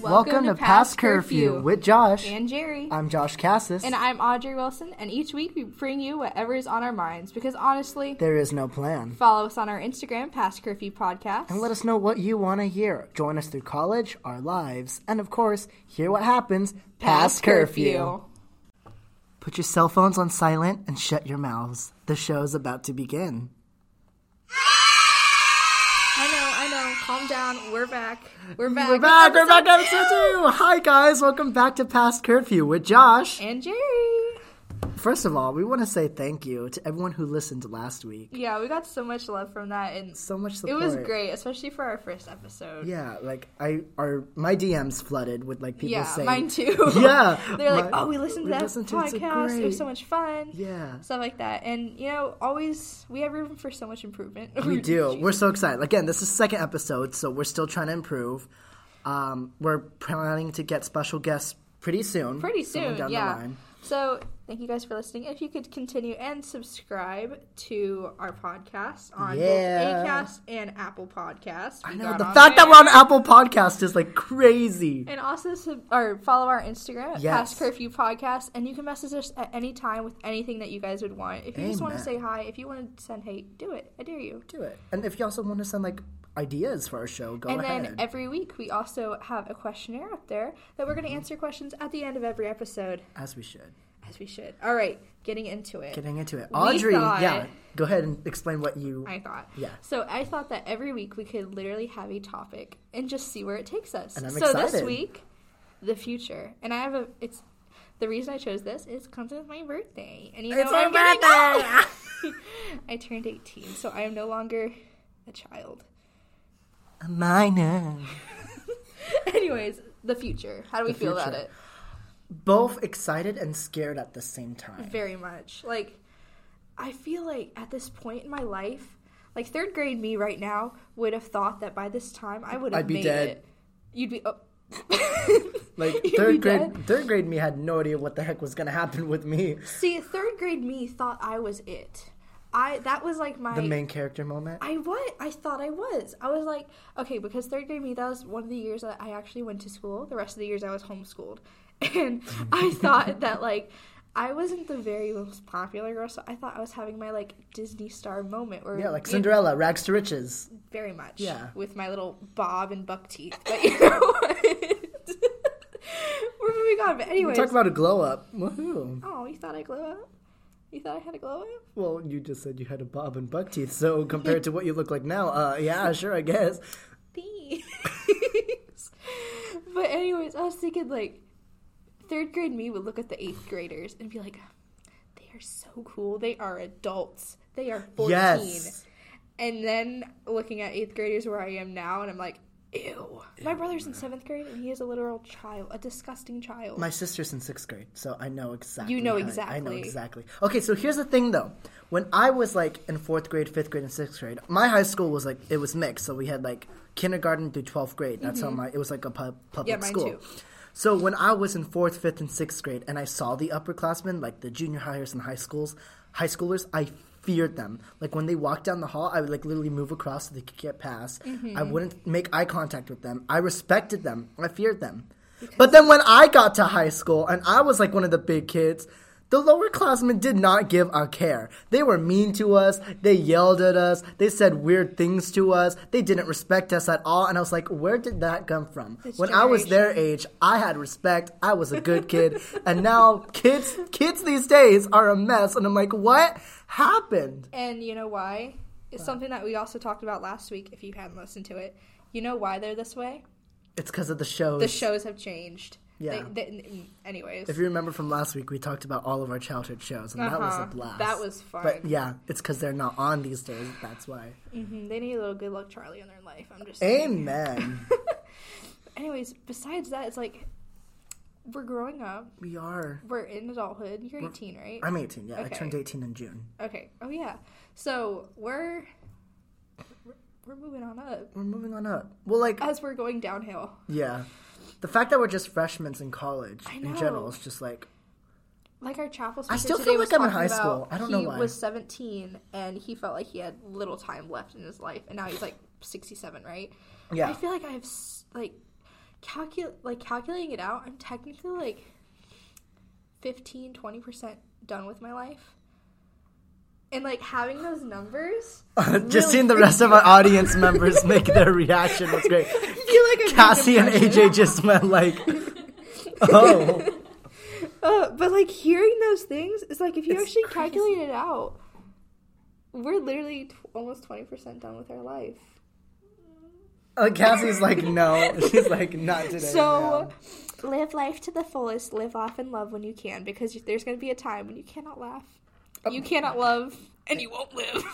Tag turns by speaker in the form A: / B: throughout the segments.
A: Welcome, to, Past Curfew, with Josh.
B: and Jerry.
A: I'm Josh Cassis.
B: and I'm Audrey Wilson, and each week we bring you whatever is on our minds because honestly,
A: there is no plan.
B: follow us on our Instagram, Past Curfew Podcast.
A: And let us know what you want to hear. Join us through college, our lives, and of course, hear what happens past curfew. Put your cell phones on silent and shut your mouths. The show's about to begin.
B: I know, I know. Calm down. We're back. We're back.
A: We're back, we're back, episode two. Hi, guys. Welcome back to Past Curfew with Josh.
B: And Jerry.
A: First of all, we want to say thank you to everyone who listened last week.
B: Yeah, we got so much love from that, and
A: So much
B: it
A: support.
B: was great, especially for our first episode.
A: Yeah, like I our my DMs flooded with like people
B: Yeah,
A: saying
B: mine too.
A: Yeah.
B: They're like,
A: My-
B: oh, we listened to
A: we
B: that
A: listened to it, it's so
B: podcast. It
A: great."
B: was so much fun.
A: Yeah.
B: Stuff like that. And, you know, always, we have room for so much improvement.
A: We do. We're so excited. Again, this is the second episode, so we're still trying to improve. Um, we're planning to get special guests pretty soon.
B: Pretty
A: someone
B: soon,
A: down the
B: yeah.
A: line.
B: So, thank you guys for listening. If you could continue and subscribe to our podcast on
A: Yeah.
B: both Acast and Apple Podcasts.
A: I know the fact that we're on Apple Podcast is like crazy.
B: And also, sub- or follow our Instagram, at
A: Yes.
B: Past Curfew Podcast, and you can message us at any time with anything that you guys would want. If you just want to
A: Amen.
B: say hi, if you want to send hate, do it. I dare you.
A: Do it. And if you also want to send like ideas for our show, go
B: And
A: ahead.
B: then every week we also have a questionnaire up there that we're going
A: Mm-hmm.
B: to answer questions at the end of every episode,
A: As we should.
B: as we should. All right, getting into it.
A: Getting into it,
B: We
A: Audrey.
B: thought-
A: yeah, go ahead and explain what you.
B: I thought.
A: Yeah.
B: So I thought that every week we could literally have a topic and just see where it takes us.
A: And I'm
B: so this
A: excited.
B: week, the future, and I have a. It's the reason I chose this is because it's my birthday, and you know
A: It's
B: I'm
A: my
B: getting old. I turned 18, so I am no longer a child.
A: A minor.
B: Anyways, the future. How do we feel about
A: future.
B: it?
A: Both excited and scared at the same time.
B: Very much. Like, I feel like at this point in my life, like third grade me right now would have thought that by this time I would have
A: I'd be
B: made
A: dead.
B: it. You'd be. Oh.
A: Like
B: You'd be
A: third grade,
B: dead.
A: third grade me had no idea what the heck was gonna happen with me.
B: See, third grade me thought I was it. I that was like my
A: The main character moment.
B: I what I thought I was. I was like, okay, because third grade me that was one of the years that I actually went to school. The rest of the years I was homeschooled, and I thought that like I wasn't the very most popular girl, so I thought I was having my like Disney star moment. Where
A: Yeah, like
B: you know,
A: Cinderella, rags to riches.
B: very much.
A: Yeah.
B: With my little bob and buck teeth, but you know what? We're moving on. But anyways,
A: Talk about a glow up. Woohoo.
B: oh, you thought I glow up? You thought I had a glow up?
A: Well, you just said you had a bob and buck teeth, so compared to what you look like now, uh, yeah, sure, I guess.
B: Thanks. but anyways, I was thinking like third grade me would look at the eighth graders and be like, they are so cool. They are adults. They are fourteen.
A: Yes.
B: And then looking at eighth graders where I am now, and I'm like, ew. My brother's in seventh grade, and he is a literal child, a disgusting child.
A: My sister's in sixth grade, so I know exactly.
B: You know
A: how- I know
B: exactly.
A: exactly. Okay, so here's the thing though. When I was like in fourth grade, fifth grade, and sixth grade, my high school was like, it was mixed. So we had like kindergarten through 12th grade. That's how my, it was like a pub, public
B: Mm-hmm. Yeah, mine
A: school.
B: too.
A: So when I was in fourth, fifth, and sixth grade, and I saw the upperclassmen, like the junior hires and high schools, high schoolers, I feared them. Like when they walked down the hall, I would like literally move across so they could get past. I wouldn't make eye contact with them. I respected them. I feared them. but then when I got to high school and I was like one of the big kids. The lowerclassmen did not give a care. They were mean to us. They yelled at us. They said weird things to us. They didn't respect us at all. And I was like, where did that come from? when I was
B: generation.
A: there their age, I had respect. I was a good kid, and now kids kids these days are a mess. And I'm like, what happened?
B: And you know why? It's something that we also talked about last week. If you hadn't listened to it, you know why they're this way.
A: It's because of the shows.
B: The shows have changed.
A: Yeah.
B: They, they, anyways.
A: If you remember from last week, we talked about all of our childhood shows, and that was a
B: Uh-huh.
A: blast.
B: That was fun.
A: But yeah, it's because they're not on these days. That's why.
B: Mm, They need a little good luck Charlie in their life. I'm just saying.
A: Amen.
B: Anyways, besides that, it's like we're growing up.
A: we are.
B: We're in adulthood. You're 18, right?
A: I'm 18. Yeah, I
B: Okay.
A: turned 18 in June.
B: Okay. Oh yeah. So we're we're moving on up
A: We're moving on up. Well, like
B: as we're going downhill.
A: yeah, the fact that we're just freshmen in college
B: I
A: in
B: know.
A: general is just like
B: Like our chapel. Speaker
A: still
B: today
A: feel
B: was
A: like I'm in
B: talking
A: high
B: about
A: school. I don't
B: he
A: know why.
B: was 17 and he felt like he had little time left in his life, and now he's like 67, right?
A: Yeah.
B: I feel like I've s- like calcul like calculating it out, I'm technically like 15, 20% done with my life. And like having those numbers,
A: Just seeing the rest of our audience members make their reaction was great.
B: I feel like I'm in
A: Cassie and
B: depression.
A: AJ just went like, oh.
B: Uh, but like hearing those things is like if you actually calculate it out, we're literally t- almost twenty percent done with our life.
A: Uh, Cassie's like, no. She's like, not today.
B: So,
A: man."
B: live life to the fullest. Live off and love when you can, because you- there's going to be a time when you cannot laugh,
A: Oh.
B: you cannot love, and you won't live.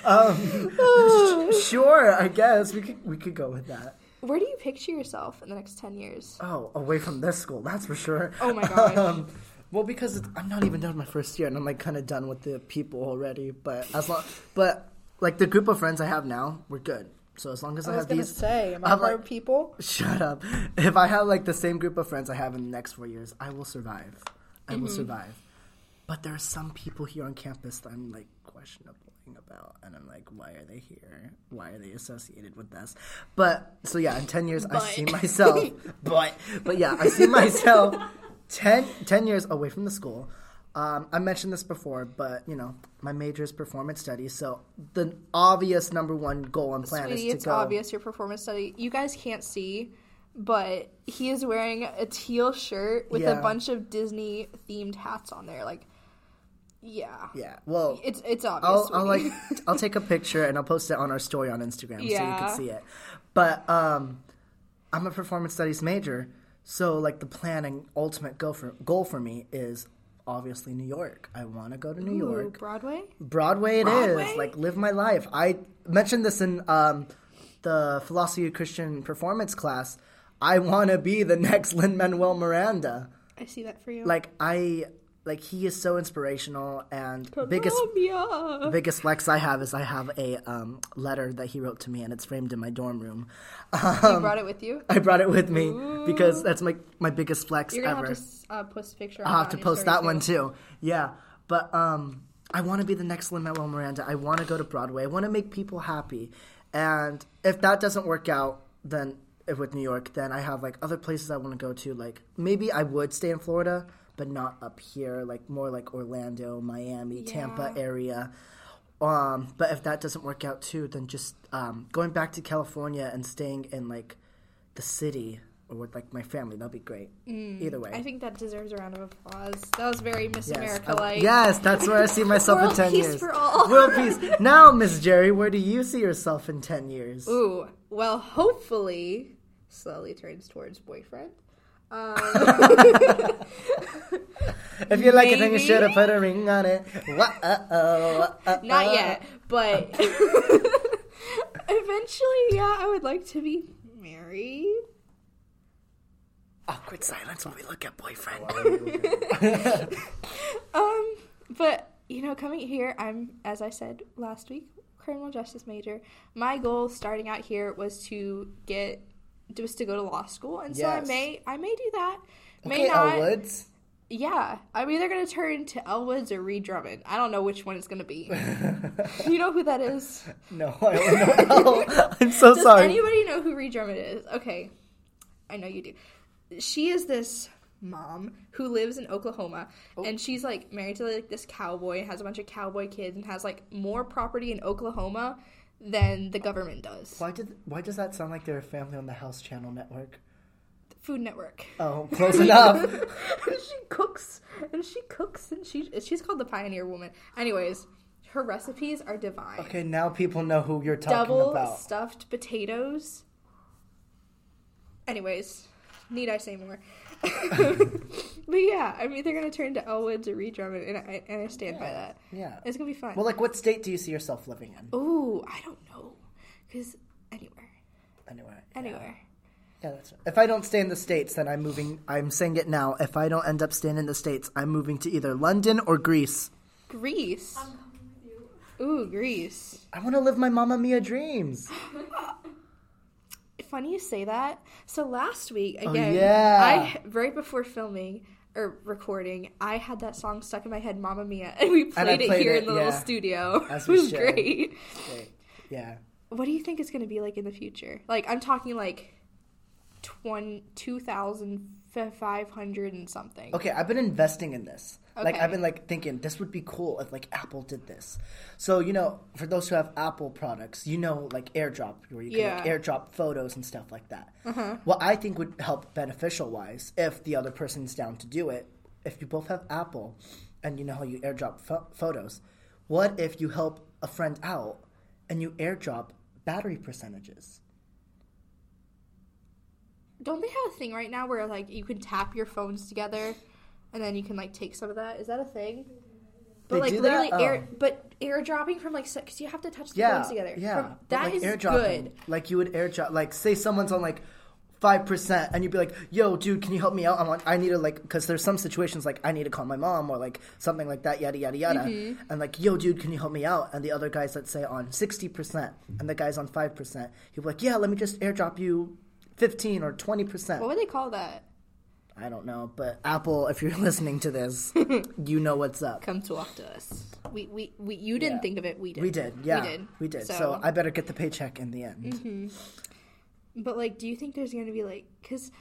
A: Um. sure, I guess we could we could go with that.
B: Where do you picture yourself in the next ten years?
A: Oh, away from this school, that's for sure.
B: Oh my gosh.
A: Um, well, because it's, I'm not even done with my first year, and I'm like kind of done with the people already. But as long, but like the group of friends I have now, we're good. So as long as I, have these, I'm like-
B: people?
A: shut up. If I have like the same group of friends I have in the next four years, I will survive. I
B: Mm-hmm.
A: will survive. But there are some people here on campus that I'm like questionable about, and I'm like, why are they here? Why are they associated with us? But so yeah, in ten years, I see
B: But.
A: myself. but but yeah, I see myself 10, 10 years away from the school. Um, I mentioned this before, but you know, my major is performance studies, so the obvious number one goal and plan
B: Sweetie,
A: is to
B: it's
A: go.
B: obvious your performance study. You guys can't see, but he is wearing a teal shirt with
A: Yeah.
B: a bunch of Disney themed hats on there. Like, yeah,
A: Yeah. Well,
B: it's it's obvious.
A: I'll, I'll like
B: sweetie.
A: I'll take a picture and I'll post it on our story on Instagram so you
B: Yeah.
A: can see it. But um, I'm a performance studies major, so like the plan and ultimate goal for goal for me is obviously New York. I want to go to New
B: Ooh,
A: York.
B: Broadway.
A: Broadway, it is.
B: Broadway?
A: Like live my life. I mentioned this in um, the philosophy of Christian performance class. I want to be the next Lin Manuel Miranda.
B: I see that for you.
A: Like I like he is so inspirational and biggest
B: Columbia.
A: biggest flex I have is I have a um, letter that he wrote to me, and it's framed in my dorm room. Um,
B: you brought it with you.
A: I brought it with me because that's my my biggest flex
B: You're gonna
A: ever.
B: have to uh, post a picture.
A: I'll have to post that one too. Yeah, but um, I want to be the next Lin Manuel Miranda. I want to go to Broadway. I want to make people happy, and if that doesn't work out, then if with New York, then I have like other places I want to go to. Like maybe I would stay in Florida, but not up here. Like more like Orlando, Miami, Tampa
B: Yeah.
A: area. Um, but if that doesn't work out too, then just um, going back to California and staying in like the city or with like my family, that'd be great. Either way,
B: I think that deserves a round of applause. That was very Miss America
A: I-
B: like.
A: yes, that's where I see myself in
B: World
A: 10
B: peace
A: years.
B: for all.
A: World peace. Now, Miss Jerry, where do you see yourself in 10 years?
B: Ooh, well, hopefully, slowly turns towards boyfriend.
A: if you like it, then you
B: maybe.
A: should have put a ring on it. Uh-oh.
B: Not yet, but eventually, yeah, I would like to be married.
A: Awkward silence when we look at boyfriend.
B: Um, but you know, coming here, I'm as I said last week, criminal justice major. My goal starting out here was to get was to go to law school, and so I
A: Yes.
B: may I may do that. May
A: Okay,
B: not.
A: Elwoods.
B: Yeah, I'm either gonna turn to Elwoods or Reed Drummond. I don't know which one it's gonna be. you know who that is?
A: No, I don't know. I'm so sorry.
B: Does anybody know who Reed Drummond is? Okay, I know you do. She is this mom who lives in Oklahoma, and she's like married to like this cowboy, has a bunch of cowboy kids, and has like more property in Oklahoma than the government does.
A: Why did why does that sound like they're a family on the House Channel Network?
B: Food Network.
A: Oh, close enough.
B: she cooks and she cooks and she she's called the pioneer woman. Anyways, her recipes are divine.
A: Okay, now people know who you're talking
B: double
A: about.
B: stuffed potatoes. Anyways, need I say more? but yeah, I'm either gonna turn to Elwoods or Reed Drummond, and I and I stand by that.
A: Yeah.
B: It's gonna be fun.
A: Well, like, what state do you see yourself living in?
B: Ooh, I don't know, cause anywhere,
A: Anywhere.
B: anywhere.
A: Yeah, that's right. If I don't stay in the states, then I'm moving. I'm saying it now. If I don't end up staying in the states, I'm moving to either London or Greece.
B: Greece. Ooh, Greece.
A: I want to live my Mamma Mia dreams.
B: Funny you say that. So last week again,
A: yeah.
B: I right before filming or recording, I had that song stuck in my head, "Mamma Mia," and we played it
A: played
B: here
A: it,
B: in the little
A: yeah.
B: studio.
A: As
B: it
A: we
B: was
A: should.
B: great.
A: Great. Yeah,
B: what do you think it's going to be like in the future? Like I'm talking like 20, 2,500 and something.
A: Okay, I've been investing in this. Like
B: Okay.
A: I've been like thinking this would be cool if like Apple did this. So you know, for those who have Apple products, you know, like AirDrop, where you can like,
B: Yeah. Uh-huh.
A: AirDrop photos and stuff like that. What I think would help beneficial wise, if the other person's down to do it, if you both have Apple, and you know how you AirDrop pho- photos, what if you help a friend out and you AirDrop battery percentages?
B: Don't they have a thing right now where like you can tap your phones together and then you can like take some of that? Is that a thing? But
A: They
B: like
A: do that?
B: literally, air
A: Oh.
B: but airdropping from like because you have to touch the
A: yeah,
B: phones together.
A: Yeah,
B: from,
A: but,
B: that is
A: airdropping,
B: good.
A: Like you would airdrop, like say someone's on like five percent, and you'd be like, "Yo, dude, can you help me out? I'm on, I need to like, because there's some situations like I need to call my mom or like something like that, yada yada yada."
B: Mm-hmm.
A: And like, "Yo, dude, can you help me out?" And the other guy's let's say on sixty percent, and the guy's on five percent. He'd be like, "Yeah, let me just airdrop you." 15 or 20%.
B: What would they call that?
A: I don't know, but Apple, if you're listening to this, you know what's up.
B: Come talk to us. We we, we you didn't
A: Yeah.
B: think of it. We did.
A: We did, yeah.
B: We did.
A: So, I better get the paycheck in the end.
B: But like, do you think there's gonna be like, cause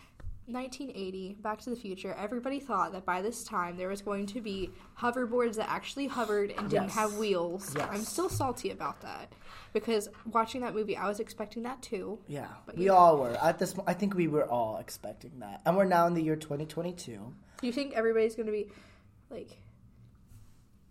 B: 1980, Back to the Future, everybody thought that by this time there was going to be hoverboards that actually hovered and didn't
A: Yes.
B: have wheels.
A: Yes.
B: I'm still salty about that because watching that movie, I was expecting that too.
A: Yeah,
B: But
A: we
B: you-
A: all were at this. mo- I think we were all expecting that, and we're now in the year 2022.
B: Do you think everybody's gonna be like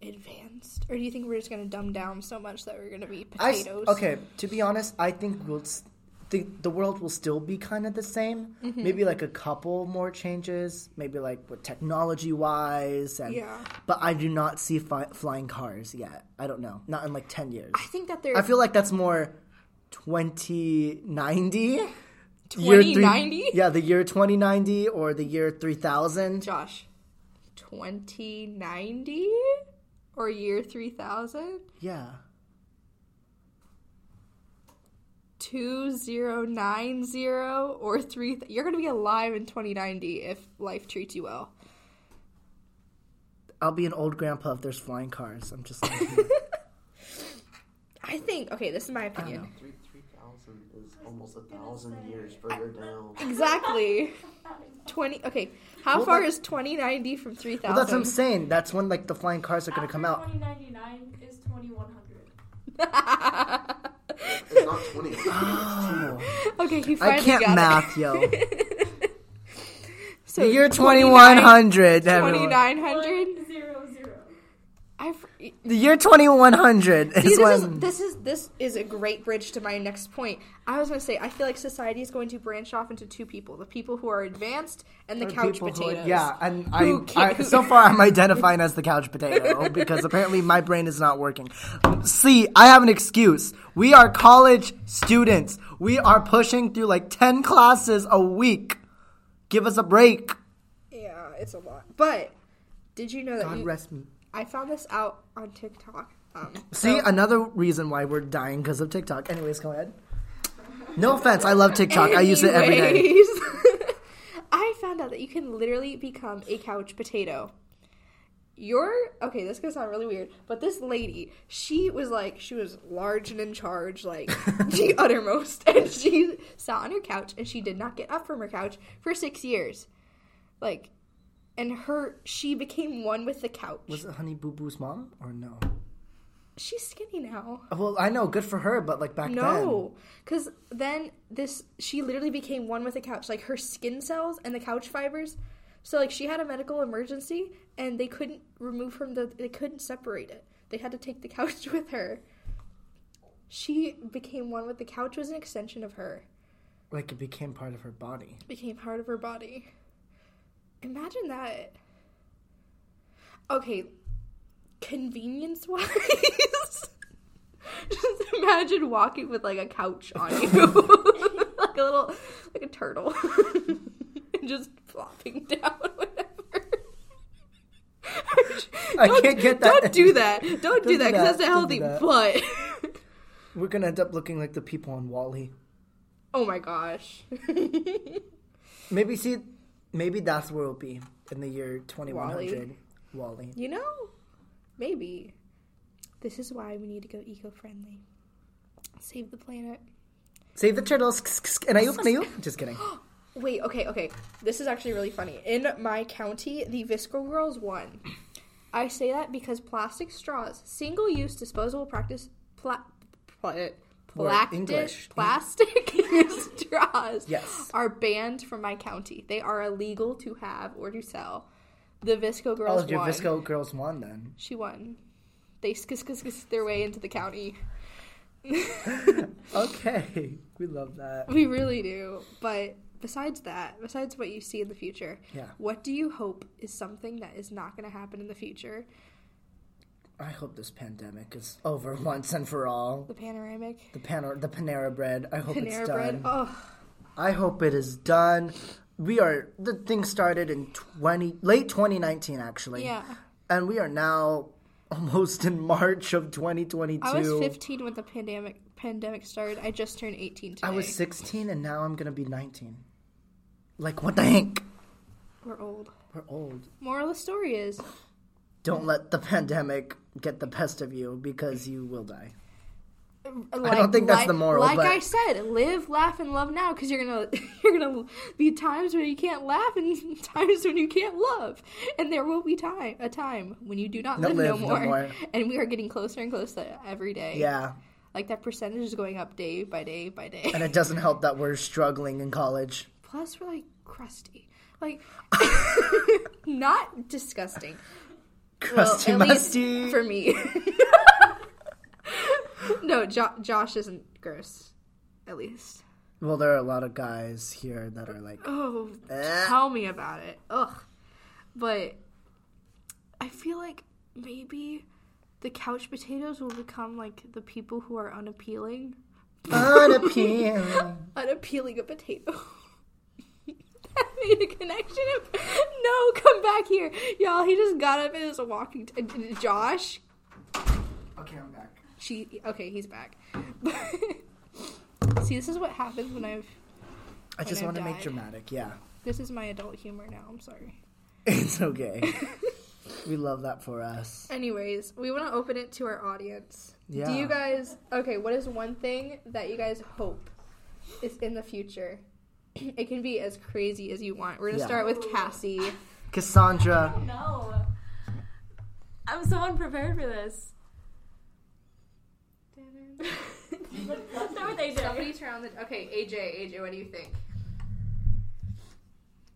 B: advanced, or do you think we're just gonna dumb down so much that we're gonna be
A: I s-
B: potatoes?
A: okay. To be honest, I think we'll s- the the world will still be kind of the same.
B: Mm-hmm.
A: Maybe like a couple more changes, maybe like with technology wise, and
B: Yeah.
A: But I do not see fi- flying cars yet. I don't know. Not in like 10 years.
B: I think that there's
A: I feel like that's more 2090. Year three-
B: 2090.
A: yeah, the year 2090 or the year 3000.
B: Josh, 2090 or year 3000?
A: Yeah.
B: 2090 or 3 You're going to be alive in 2090 if life treats you well.
A: I'll be an old grandpa if there's flying cars. I'm just like,
B: I think, okay, this is my opinion.
C: Three three thousand is almost a thousand years further down.
B: Exactly. 20 Okay, how
A: Well,
B: far
A: that-
B: is 2090 from
A: well, that's what
B: 3000?
A: I'm saying. That's when like the flying cars are gonna come out.
D: 2099 is 2100.
C: It's not twenty.
B: okay, he finally
A: I can't
B: got it.
A: math, yo.
B: So
A: the year
B: 29
A: 2100. everyone.
B: 2900?
D: Zero, zero.
B: I fr-
A: The year 2100 is
B: See, this
A: when.
B: is, this is this is a great bridge to my next point. I was going to say I feel like society is going to branch off into two people: the people who are advanced and the couch
A: people who-
B: potatoes.
A: yeah, and
B: Who
A: I,
B: can't-
A: I so far I'm identifying as the couch potato because apparently my brain is not working. See, I have an excuse. We are college students. We are pushing through like 10 classes a week. Give us a break.
B: yeah, it's a lot. But did you know that
A: God
B: you,
A: rest me.
B: I found this out on TikTok? Um,
A: See, another reason why we're dying because of TikTok. Anyways, go ahead. No offense, I love TikTok. I use it every day.
B: Anyways, I found out that you can literally become a couch potato. You're okay, this is gonna sound really weird, but this lady, she was like, she was large and in charge, like the uttermost, and she sat on her couch and she did not get up from her couch for six years. Like, and her, she became one with the couch.
A: Was it Honey Boo Boo's mom or no?
B: She's skinny now.
A: Well, I know, good for her, but like back
B: No, because then this she literally became one with the couch, like her skin cells and the couch fibers. So like she had a medical emergency and they couldn't remove from the they couldn't separate it. They had to take the couch with her. She became one with the couch was an extension of her,
A: then, like it became part of her body.
B: became part of her body. Imagine that. Okay, convenience wise, just imagine walking with like a couch on you, like a little, like a turtle, and just flopping down, whatever.
A: I
B: Don't-
A: can't get that.
B: Don't do that. Don't, do
A: do
B: that because
A: that.
B: that's not
A: Don't
B: healthy.
A: do that.
B: But
A: We're gonna end up looking like the people on Wally.
B: oh my gosh,
A: Maybe see, maybe that's where we'll be in the year 2100.
B: Wall-E.
A: Wally.
B: you know, maybe this is why we need to go eco-friendly. Save the planet.
A: Save the turtles. ksk, ksk, And I oop and I oop. Just kidding.
B: Wait, okay, okay. This is actually really funny. In my county, the Visco Girls won. I say that because plastic straws, single use disposable practice, pla- pla-
A: Word,
B: plactic-
A: English.
B: plastic straws
A: Yes.
B: are banned from my county. They are illegal to have or to sell. The Oh, Visco
A: All
B: Girls
A: of your
B: won.
A: Visco girls won then.
B: She won. They skis skis skis their way into the county.
A: Okay. We love that.
B: We really do. But besides that, besides what you see in the future,
A: Yeah.
B: what do you hope is something that is not going to happen in the future?
A: I hope this pandemic is over once and for all.
B: The panoramic,
A: The panor- the Panera bread. I hope
B: Panera
A: it's done.
B: bread. Oh,
A: I hope it is done. We are the thing started in twenty late twenty nineteen actually.
B: yeah.
A: And we are now almost in March of twenty twenty two.
B: I was 15 when the pandemic pandemic started. I just turned 18 today.
A: I was sixteen and now I'm gonna be nineteen. Like what the heck?
B: We're old.
A: We're old.
B: Moral of the story is
A: Don't let the pandemic get the best of you because you will die.
B: like,
A: think that's
B: like-
A: the moral,
B: Like
A: but-
B: I said, live, laugh, and love now because you're gonna you're gonna be times when you can't laugh and times when you can't love, and there will be time a time when you do not
A: No,
B: live, no,
A: live no
B: more.
A: more.
B: And we are getting closer and closer every day.
A: Yeah.
B: like that percentage is going up day by day by day.
A: And it doesn't help that we're struggling in college.
B: Plus, we're like crusty, like not disgusting.
A: Crusty
B: well, at least
A: musty.
B: for me. no, jo- Josh isn't gross, at least.
A: well, there are a lot of guys here that are like
B: Oh,
A: Eh.
B: tell me about it. Ugh. But I feel like maybe the couch potatoes will become like the people who are unappealing.
A: unappealing.
B: Unappealing a potato. I made a connection. No, come back here, y'all. He just got up and is walking. T- Josh,
A: okay, I'm back.
B: she okay. He's back. See, this is what happens when I've.
A: I just
B: I
A: want to make
B: died.
A: dramatic. Yeah.
B: This is my adult humor now. I'm sorry.
A: It's okay. we love that for us.
B: Anyways, we want to open it to our audience. Do
A: Yeah.
B: you guys okay? What is one thing that you guys hope is in the future? It can be as crazy as you want. We're gonna
A: Yeah.
B: start with Cassie.
D: I
A: Cassandra,
D: don't know. I'm so unprepared for this. That's not what they
B: Somebody
D: did.
B: turn on the okay. AJ, AJ, what do you think?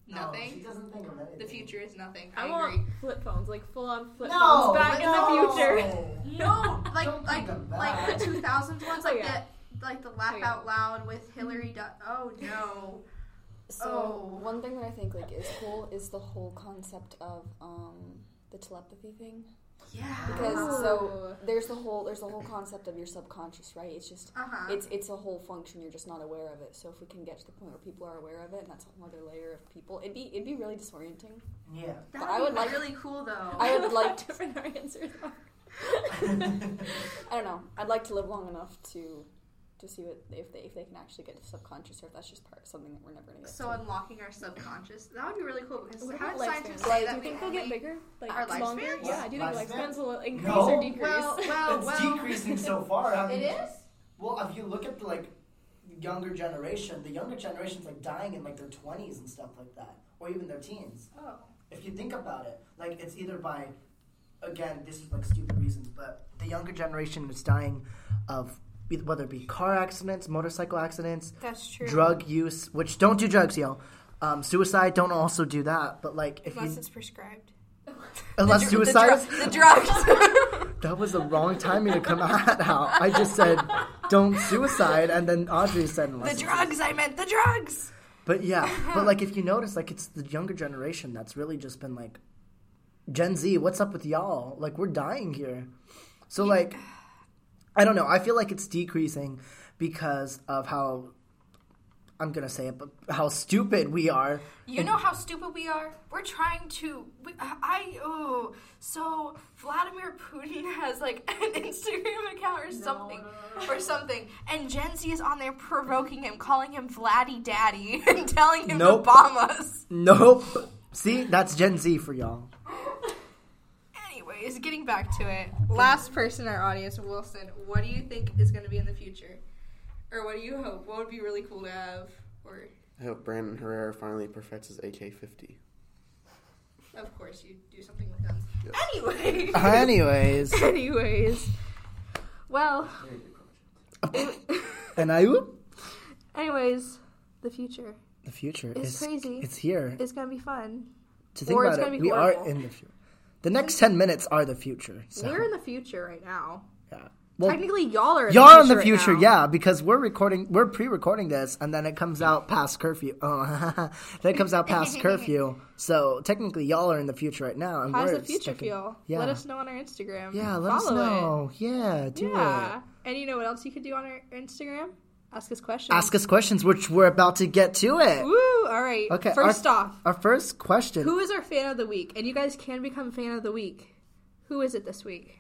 B: Nothing.
A: doesn't think of anything.
B: the future is nothing. I,
D: I
B: agree.
D: want flip phones, like full on flip phones back in the future.
B: No, like
A: Don't
B: like
A: think of
B: like
A: that.
B: the two thousands ones,
D: Oh,
B: like
D: yeah.
B: the like the laugh
D: Oh, yeah.
B: out loud with Hillary. Duff. Oh no,
E: So
B: Oh.
E: one thing that I think like is cool is the whole concept of um the telepathy thing.
B: yeah.
E: Because so there's the whole there's the whole concept of your subconscious, right? It's just
B: uh huh.
E: it's it's a whole function. You're just not aware of it. So if we can get to the point where people are aware of it, and that's a whole other layer of people, it'd be it'd be really disorienting.
A: Yeah.
B: That would
E: I
B: be
E: would like-
B: really cool though.
E: I would like to.
D: different our answers are.
E: I don't know. I'd like to live long enough to to see what if they if they can actually get to subconscious or if that's just part something that we're never gonna get.
B: so
E: to.
B: unlocking our subconscious. That would be really cool because
D: What
B: how
D: about
B: did scientists
D: lifespans?
B: say
E: Like,
B: that
E: do
B: we
E: you
D: Think they'll
B: only-
D: get bigger, like
B: Our
D: longer.
B: lifespans?
D: Yeah, I do think
A: Lifespan?
D: lifespans will increase
A: No.
D: or decrease.
B: Well, well, well.
A: so far. I
B: oh, It is.
A: Well, if you look at the like younger generation, the younger generation's like dying in like their twenties and stuff like that, or even their teens.
B: Oh.
A: If you think about it, like it's either by, again, this is like stupid reasons, but the younger generation is dying of either- whether it be car accidents, motorcycle accidents,
B: That's true.
A: drug use, which don't do drugs, y'all. Um, suicide, don't also do that. But like, if you,
B: it's prescribed.
A: unless suicide, is-
E: the drugs.
A: that was the wrong timing to come out. How I just said, don't suicide, and then Audrey said, unless it's-
B: I meant the drugs.
A: But yeah, but like if you notice, like it's the younger generation that's really just been like, Gen Z, what's up with y'all? Like we're dying here. So like, I don't know. I feel like it's decreasing because of how I'm gonna say it, but how stupid we are.
B: You know how stupid we are? We're trying to. We, I. Oh. So Vladimir Putin has like an Instagram account or something. Or something. And Gen Z is on there provoking him, calling him Vladdy Daddy, and telling him
A: Nope.
B: to bomb us.
A: Nope. See, that's Gen Z for y'all.
B: Anyways, getting back to it. Last person in our audience, Wilson, what do you think is going to be in the future?
F: Or what do you hope? What would be really cool to have? Or
G: I hope Brandon Herrera finally perfects his AK 50.
F: of course you do something with guns.
G: Yep.
F: Anyway.
A: Uh-huh. Anyways,
B: Anyways, well,
C: Very good project.
A: and I whoop.
B: anyways, the future
A: The future
B: It's
A: is
B: crazy.
A: It's here.
B: is gonna be fun.
A: to think
B: or it's
A: about
B: gonna
A: it,
B: be
A: we are
B: horrible.
A: in the future. The next ten minutes are the future. So
B: We're in the future right now.
A: yeah. Well,
B: Technically, y'all are. In
A: Y'all are in
B: the
A: the
B: right
A: future,
B: now.
A: yeah, because we're recording, we're pre-recording this, and then it comes out past curfew. Oh, then it comes out past curfew. So technically, y'all are in the future right now, and
B: How's
A: we're
B: the future
A: stuck in-
B: feel?
A: Yeah.
B: Let us know on our Instagram.
A: Yeah, let us
B: Follow it.
A: know. Yeah, do
B: yeah.
A: it.
B: And you know what else you can do on our Instagram? Ask us questions.
A: Ask us questions, which we're about to get to it.
B: Woo! All right.
A: Okay,
B: First
A: our-
B: off,
A: Our first question.
B: who is our fan of the week? And you guys can become fan of the week. Who is it this week?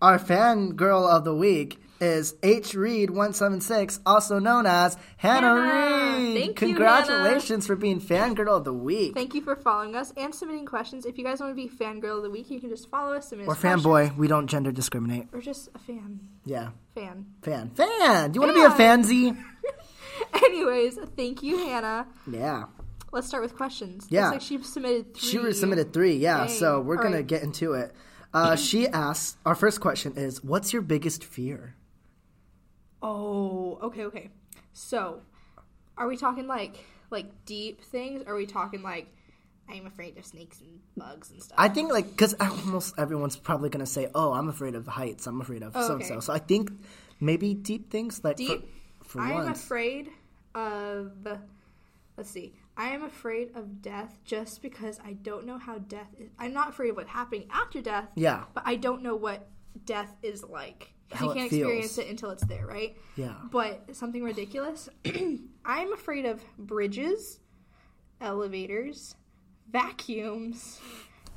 A: Our fan girl of the week is H Reed one seven six, also known as Hannah,
B: Hannah!
A: Reed.
B: Thank you,
A: Congratulations for being fan girl of the week.
B: Thank you for following us and submitting questions. If you guys want to be fangirl of the week, you can just follow us. Submit
A: or
B: us questions,
A: fanboy, we don't gender discriminate.
B: Or just a fan.
A: Yeah,
B: Fan.
A: fan, fan. Do you want to be a fanzy?
B: Anyways, thank you, Hannah.
A: Yeah,
B: Let's start with questions.
A: Yeah.
B: Looks like she submitted three.
A: she submitted three. Yeah,
B: Dang.
A: so we're
B: All
A: gonna
B: right.
A: get into it. Uh, she asks. Our first question is, "What's your biggest fear?"
B: Oh, okay, okay. So, are we talking like like deep things? Or are we talking like I'm afraid of snakes and bugs and stuff?
A: I think like because almost everyone's probably gonna say, "Oh, I'm afraid of heights. I'm afraid of
B: Oh,
A: so and so."
B: okay.
A: So I think maybe deep things like for-
B: Deep?
A: for,
B: I am
A: once.
B: afraid of. Let's see. I am afraid of death just because I don't know how death is. I'm not afraid of what happening after death,
A: yeah,
B: but I don't know what death is like. 'Cause
A: How
B: you
A: it
B: can't
A: feels.
B: experience it until it's there, right?
A: yeah.
B: But something ridiculous. I'm afraid of bridges, elevators, vacuums,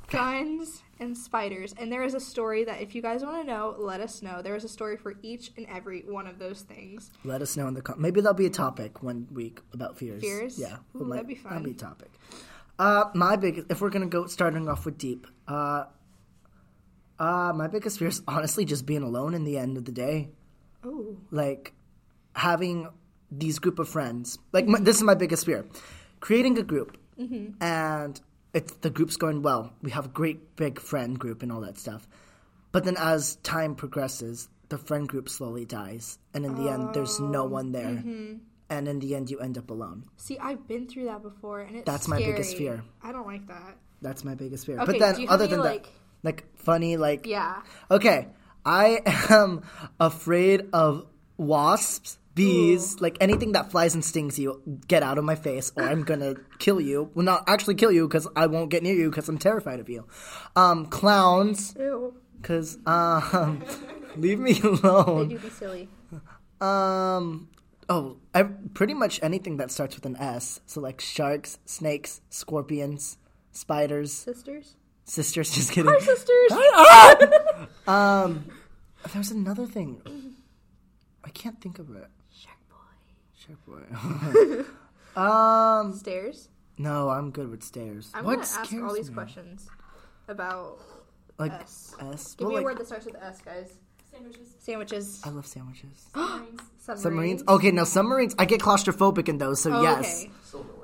B: guns, and spiders. And there is a story that if you guys want to know, let us know. There is a story for each and every one of those things.
A: Let us know in the com- maybe that'll be a topic one week about fears.
B: Fears?
A: yeah,
B: Ooh,
A: we might-
B: that'd be fun.
A: That'd be a topic. Uh, my biggest if we're gonna go starting off with deep. Uh, uh, my biggest fear is honestly just being alone in the end of the day.
B: Oh,
A: like having these group of friends like my, this is my biggest fear creating a group
B: Mm-hmm.
A: and it's the group's going well we have a great big friend group and all that stuff but then as time progresses the friend group slowly dies and in the end there's no
B: Oh,
A: one there
B: mm-hmm.
A: and in the end you end up alone
B: see, I've been through that before, and it's
A: That's my biggest
B: scary.
A: fear.
B: I don't like that.
A: that's my biggest fear
B: Okay,
A: but then
B: do you have
A: other
B: any,
A: than
B: like-
A: that like funny like
B: Yeah.
A: Okay, I am afraid of wasps, bees, like anything that flies and stings you. Get out of my face, or I'm gonna kill you. Well, not actually kill you because I won't get near you because I'm terrified of you. Um, clowns,
B: Ew.
A: because um, leave me
B: They
A: alone.
B: do be silly.
A: Um, oh, I, pretty much anything that starts with an S. So like sharks, snakes, scorpions, spiders,
B: Sisters?
A: sisters. Just kidding.
B: Hi, sisters!
A: Um, there's another thing. I can't think of it. Shark boy. Shark boy. um,
B: Stairs?
A: no, I'm good with stairs.
B: I'm
A: what
B: going to ask
A: scares
B: all these
A: me?
B: questions about
A: Like
B: us.
A: S.
B: Give
A: well,
B: me a
A: like,
B: word that starts with S, guys.
D: Sandwiches.
B: Sandwiches.
A: I love sandwiches.
D: Submarines.
B: Submarines.
A: Submarines. Okay, now submarines. I get claustrophobic in those, so
B: Oh,
A: yes.
B: okay.
C: Silverware.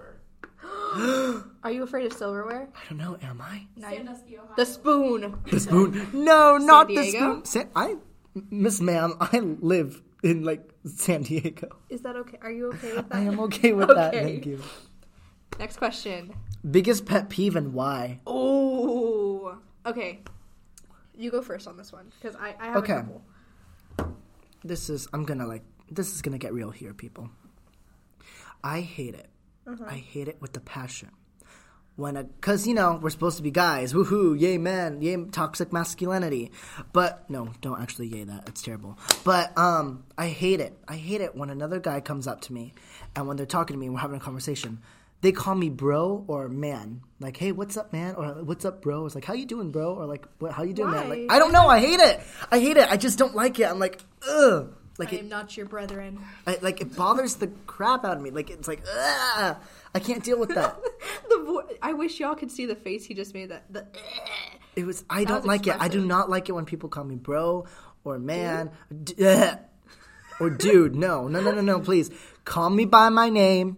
B: Are you afraid of silverware?
A: I don't know. Am I?
B: No. you-
D: Sandusky, Ohio.
B: The spoon.
A: The spoon. No, not the
B: Diego?
A: spoon. San- I, Miss Ma'am, I live in like San Diego.
B: Is that okay? Are you okay with that?
A: I am okay with that.
B: Okay.
A: Thank you.
B: Next question.
A: Biggest pet peeve and why?
B: Oh. Okay. You go first on this one because I, I have
A: Okay.
B: a couple.
A: this is I'm gonna like this is gonna get real here, people. I hate it. I hate it with the passion. When a, cause you know we're supposed to be guys, woohoo, yay men, yay toxic masculinity, but no, don't actually yay that. It's terrible. But um, I hate it. I hate it when another guy comes up to me, and when they're talking to me, and we're having a conversation. They call me bro or man. Like, hey, what's up, man? Or what's up, bro? It's like, how you doing, bro? Or like, what, how you doing, man? Like,
B: Why?
A: I don't know. I hate it. I hate it. I just don't like it. I'm like, ugh. Like
B: I
A: it,
B: am not your brethren.
A: I, like it bothers the crap out of me. Like it's like, ugh, I can't deal with that.
B: The vo- I wish y'all could see the face he just made. That the.
A: It was. I don't
B: was
A: like it. I do
B: expressive.
A: not like it when people call me bro or man. D- ugh. Or dude, no, no, no, no, no, please. Call me by my name.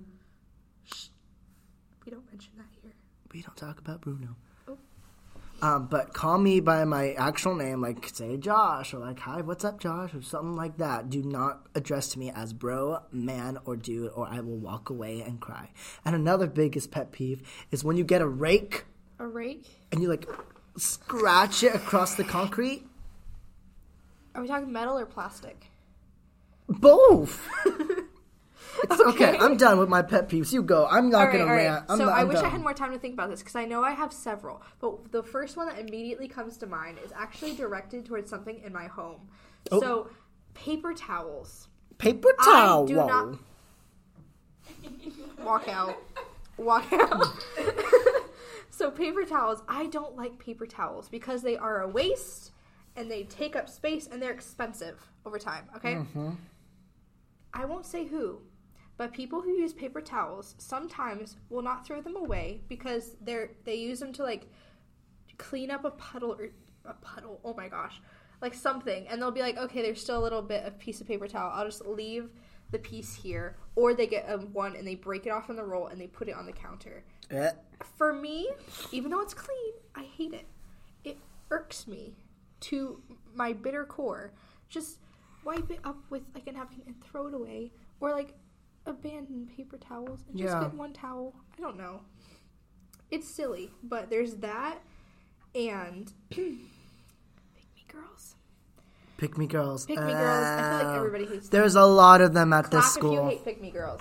B: We don't mention that here.
A: We don't talk about Bruno.
B: Oh.
A: Um, but call me by my actual name, like say Josh, or like hi, what's up, Josh, or something like that. Do not address me as bro, man, or dude, or I will walk away and cry. And another biggest pet peeve is when you get a rake
B: A rake?
A: and you like scratch it across the concrete.
B: Are we talking metal or plastic?
A: Both. It's okay. I'm done with my pet peeves. You go. I'm not
B: Alright,
A: gonna
B: alright.
A: rant. I'm
B: so
A: not,
B: I
A: I'm
B: wish I
A: done.
B: had more time to think about this because I know I have several, but the first one that immediately comes to mind is actually directed towards something in my home.
A: Oh.
B: So paper towels.
A: paper towel.
B: I do not- Walk out. Walk out. so paper towels. I don't like paper towels because they are a waste and they take up space and they're expensive over time. Okay. I won't say who, but people who use paper towels sometimes will not throw them away because they're they use them to like clean up a puddle or a puddle. Oh my gosh, like something, and they'll be like, okay, there's still a little bit of piece of paper towel. I'll just leave the piece here, or they get a one and they break it off from the roll and they put it on the counter.
A: Eh.
B: For me, even though it's clean, I hate it. It irks me to my bitter core. Just wipe it up with like a napkin and throw it away, or like abandon paper towels and just
A: Yeah.
B: get one towel. I don't know. It's silly, but there's that, and pick me girls,
A: Pick me girls.
B: pick me girls. I feel like
A: Oh.
B: everybody hates them.
A: There's a lot of them at this
B: Clap if you
A: school.
B: hate pick me girls.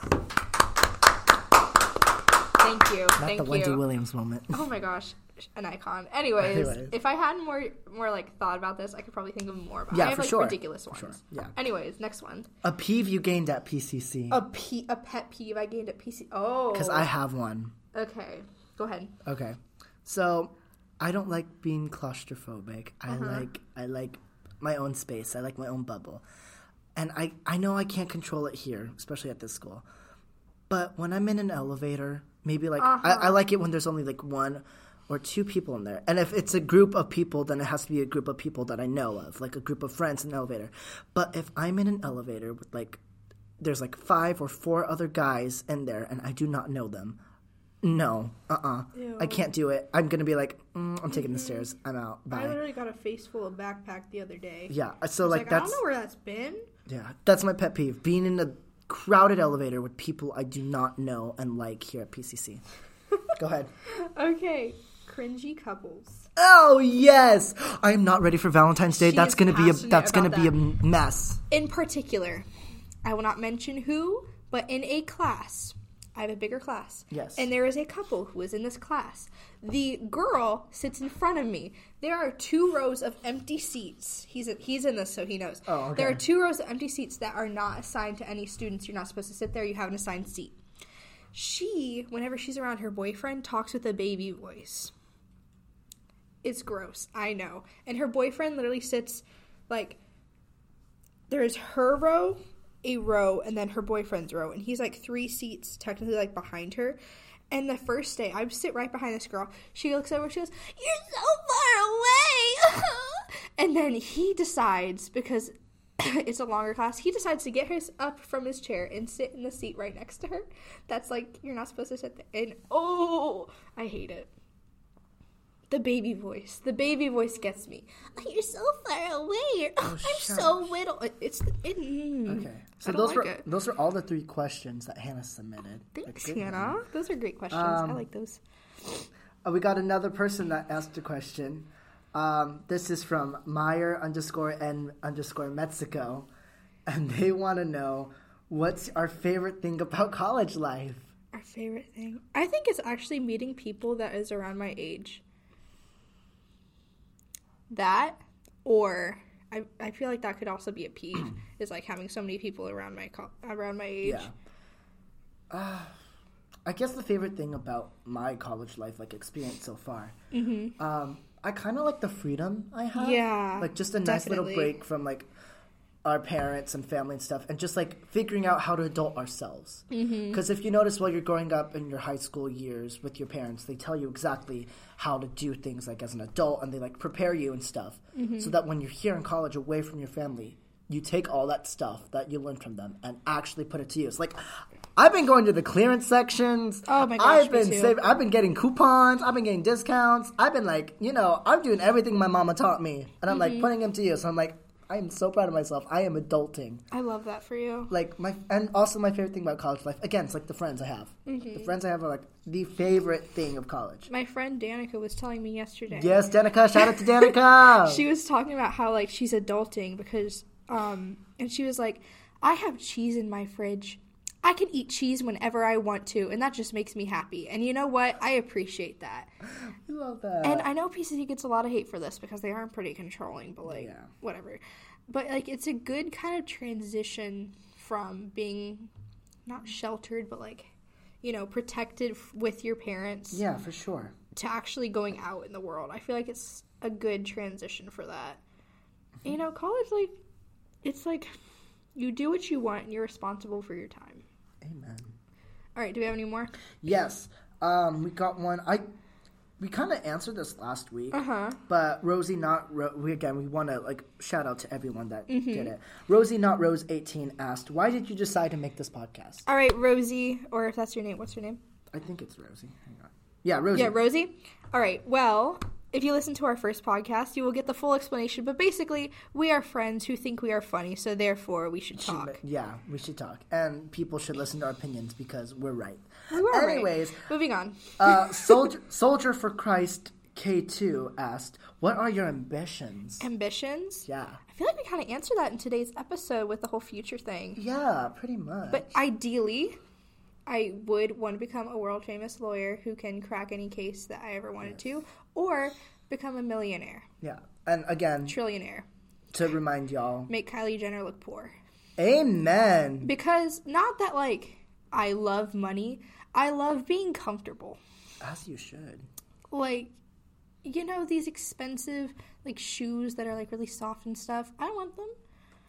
B: Thank you,
A: Not
B: thank
A: the Wendy
B: you.
A: Williams moment.
B: Oh my gosh, an icon. Anyways,
A: Anyways.
B: if I had more more like thought about this, I could probably think of more. About.
A: Yeah,
B: I have
A: for
B: like
A: sure.
B: ridiculous ones.
A: sure, yeah.
B: Anyways, next one.
A: A peeve you gained at PCC.
B: A pe- a pet peeve I gained at PC. Oh,
A: Because I have one.
B: okay. Go ahead.
A: Okay. So I don't like being claustrophobic. I
B: Uh-huh.
A: like I like my own space. I like my own bubble. And I, I know I can't control it here, especially at this school. But when I'm in an elevator, maybe like I, I
B: Uh-huh.
A: like it when there's only like one or two people in there. And if it's a group of people, then it has to be a group of people that I know of, like a group of friends in an elevator. But if I'm in an elevator with like there's like five or four other guys in there and I do not know them, no, uh uh I can't do it. I'm gonna be like, mm, I'm taking the stairs. I'm out.
B: Mm-hmm. I
A: Bye.
B: literally got a face full of backpack the other day.
A: Yeah. So
B: Like,
A: like
B: I
A: that's
B: don't know where that's been.
A: yeah, that's my pet peeve: being in a crowded elevator with people I do not know and like here at PCC. Go ahead.
B: Okay, cringy couples.
A: Oh yes, I am not ready for Valentine's Day.
B: She
A: that's
B: is
A: gonna be a
B: passionate
A: that's gonna
B: about
A: be a
B: that.
A: mess.
B: In particular, I will not mention who, but in a class, I have a bigger class.
A: Yes.
B: And there is a couple who is in this class. The girl sits in front of me. There are two rows of empty seats. He's he's in this, so he knows.
A: Oh, okay.
B: There are two rows of empty seats that are not assigned to any students. You're not supposed to sit there. You have an assigned seat. She, whenever she's around her boyfriend, talks with a baby voice. It's gross. I know. And her boyfriend literally sits like there is her row, a row, and then her boyfriend's row, and he's like three seats technically like behind her. And the first day, I sit right behind this girl. She looks over, she goes, "You're so far away." and then he decides because it's a longer class. He decides to get his up from his chair and sit in the seat right next to her. That's like you're not supposed to sit there. And oh, I hate it. The baby voice. The baby voice gets me. Oh, you're so far away. Oh, I'm so little. It- It's it, mm.
A: Okay. So
B: I don't like
A: those were
B: it.
A: those are all the three questions that Hannah submitted.
B: Thanks,
A: Good Um, one.
B: Hannah. Those are great questions. I like those.
A: Uh, we got another person that asked a question. Um, this is from Meyer underscore N underscore Mexico, and they want to know what's our favorite thing about college life.
B: Our favorite thing. I think it's actually meeting people that is around my age. That or I, I feel like that could also be a peeve is like having so many people around my co- around my age.
A: Yeah. Uh, I guess the favorite thing about my college life, like experience so far, um, I kind of like the freedom I have.
B: Mm-hmm. Yeah,
A: like just a nice
B: definitely.
A: little break from like our parents and family and stuff, and just like figuring out how to adult ourselves. Because
B: Mm-hmm.
A: if you notice, while you're growing up in your high school years with your parents, they tell you exactly how to do
B: Mm-hmm.
A: things like as an adult, and they like prepare you and stuff, so that when you're here in college, away from your family. you take all that stuff that you learned from them and actually put it to use. Like, I've been going to the clearance sections.
B: Oh my gosh,
A: I've
B: me
A: been
B: too.
A: saving. I've been getting coupons. I've been getting discounts. I've been like, you know, I'm doing everything my mama taught me, and
B: Mm-hmm.
A: I'm like putting them to use. So I'm like, I am so proud of myself. I am adulting.
B: I love that for you.
A: Like my, and also my favorite thing about college life again, it's like the friends I have. The
B: Mm-hmm.
A: friends I have are like the favorite thing of college.
B: My friend Danica was telling me yesterday.
A: Yes, Danica. Shout out to Danica.
B: She was talking about how like she's adulting because um and she was like, I have cheese in my fridge. I can eat cheese whenever I want to, and that just makes me happy. And you know what? I appreciate that.
A: I love that.
B: and I know PCC gets a lot of hate for this because they are pretty controlling, but like
A: Yeah.
B: whatever. But like it's a good kind of transition from being not sheltered, but like you know protected f- with your parents
A: yeah, for sure.
B: to actually going out in the world. I feel like it's a good transition for that.
A: Mm-hmm.
B: You know, college like it's like you do what you want and you're responsible for your time.
A: Amen.
B: All right, do we have any more?
A: Yes. Um, we got one. I we kind of answered this last week,
B: Uh-huh.
A: but Rosie not Ro- we again. We want to like shout out to everyone that
B: Mm-hmm.
A: did it. Rosie not Rose eighteen asked, "Why did you decide to make this podcast?"
B: All right, Rosie, or if that's your name, what's your name?
A: I think it's Rosie. Hang on. Yeah, Rosie.
B: Yeah, Rosie. All right. Well, if you listen to our first podcast, you will get the full explanation. But basically, we are friends who think we are funny, so therefore we should
A: Should ma-
B: talk.
A: yeah, we should talk, and people should listen to our opinions because we're right.
B: We were right.
A: Anyways,
B: moving on.
A: uh, soldier, soldier for Christ K two asked, "What are your ambitions?"
B: Ambitions.
A: Yeah,
B: I feel like we kind of answered that in today's episode with the whole future thing.
A: yeah, pretty much.
B: But ideally, I would want to become a world famous lawyer who can crack any case that I ever wanted to, or become a millionaire,
A: yeah, and again,
B: trillionaire,
A: to remind y'all.
B: make Kylie Jenner look poor.
A: Amen.
B: Because not that like I love money, I love being comfortable.
A: As you should.
B: Like you know these expensive like shoes that are like really soft and stuff. I don't want them.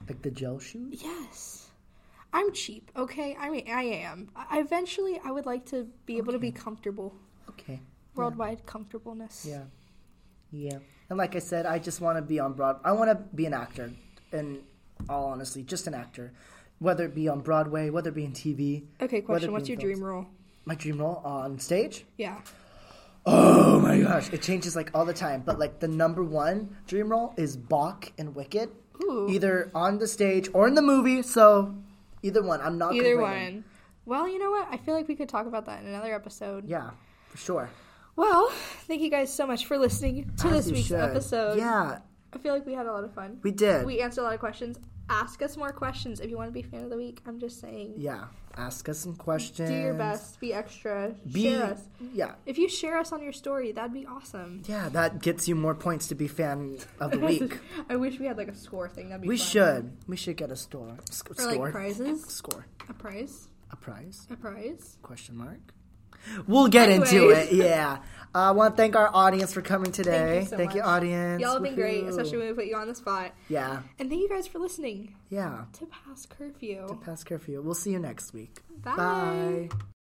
A: Like the gel shoes?
B: Yes. I'm cheap, okay? I mean, I am. I- eventually I would like to be able to be comfortable.
A: Okay.
B: Worldwide comfortableness.
A: Yeah. Yeah. And like I said, I just want to be on Broad. I want to be an actor. And all honestly, just an actor. Whether it be on Broadway, whether it be in TV.
B: Okay, question,
A: it
B: what's
A: be
B: your
A: in
B: dream
A: films.
B: role?
A: My dream role on stage?
B: Yeah.
A: Oh my gosh. It changes like all the time. But like the number one dream role is Bach and Wicked.
B: Ooh.
A: Either on the stage or in the movie. So either one. I'm not
B: Either
A: complaining.
B: one. Well, you know what? I feel like we could talk about that in another episode.
A: Yeah, for sure.
B: Well, thank you guys so much for listening to
A: As
B: this
A: you
B: week's
A: should.
B: episode.
A: Yeah,
B: I feel like we had a lot of fun.
A: we did.
B: We answered a lot of questions. Ask us more questions if you want to be fan of the week. I'm just saying.
A: Yeah. Ask us some questions.
B: Do your best. Be extra.
A: Be
B: Share us.
A: yeah.
B: If you share us on your story, that'd be awesome.
A: Yeah, that gets you more points to be fan of the week.
B: I wish we had like a score thing. That'd be
A: we
B: fun.
A: should. We should get a store. Sc-
B: Or like
A: score.
B: prizes.
A: Score.
B: A prize.
A: A prize?
B: A prize.
A: Question mark. We'll get into
B: Anyways.
A: it. Yeah. I want to thank our audience for coming today.
B: so much.
A: audience.
B: Y'all have been great,
A: Woohoo.
B: especially when we put you on the spot.
A: Yeah.
B: And thank you guys for listening
A: Yeah.
B: to Past Curfew.
A: Past curfew. We'll see you next week.
B: Bye.
A: Bye.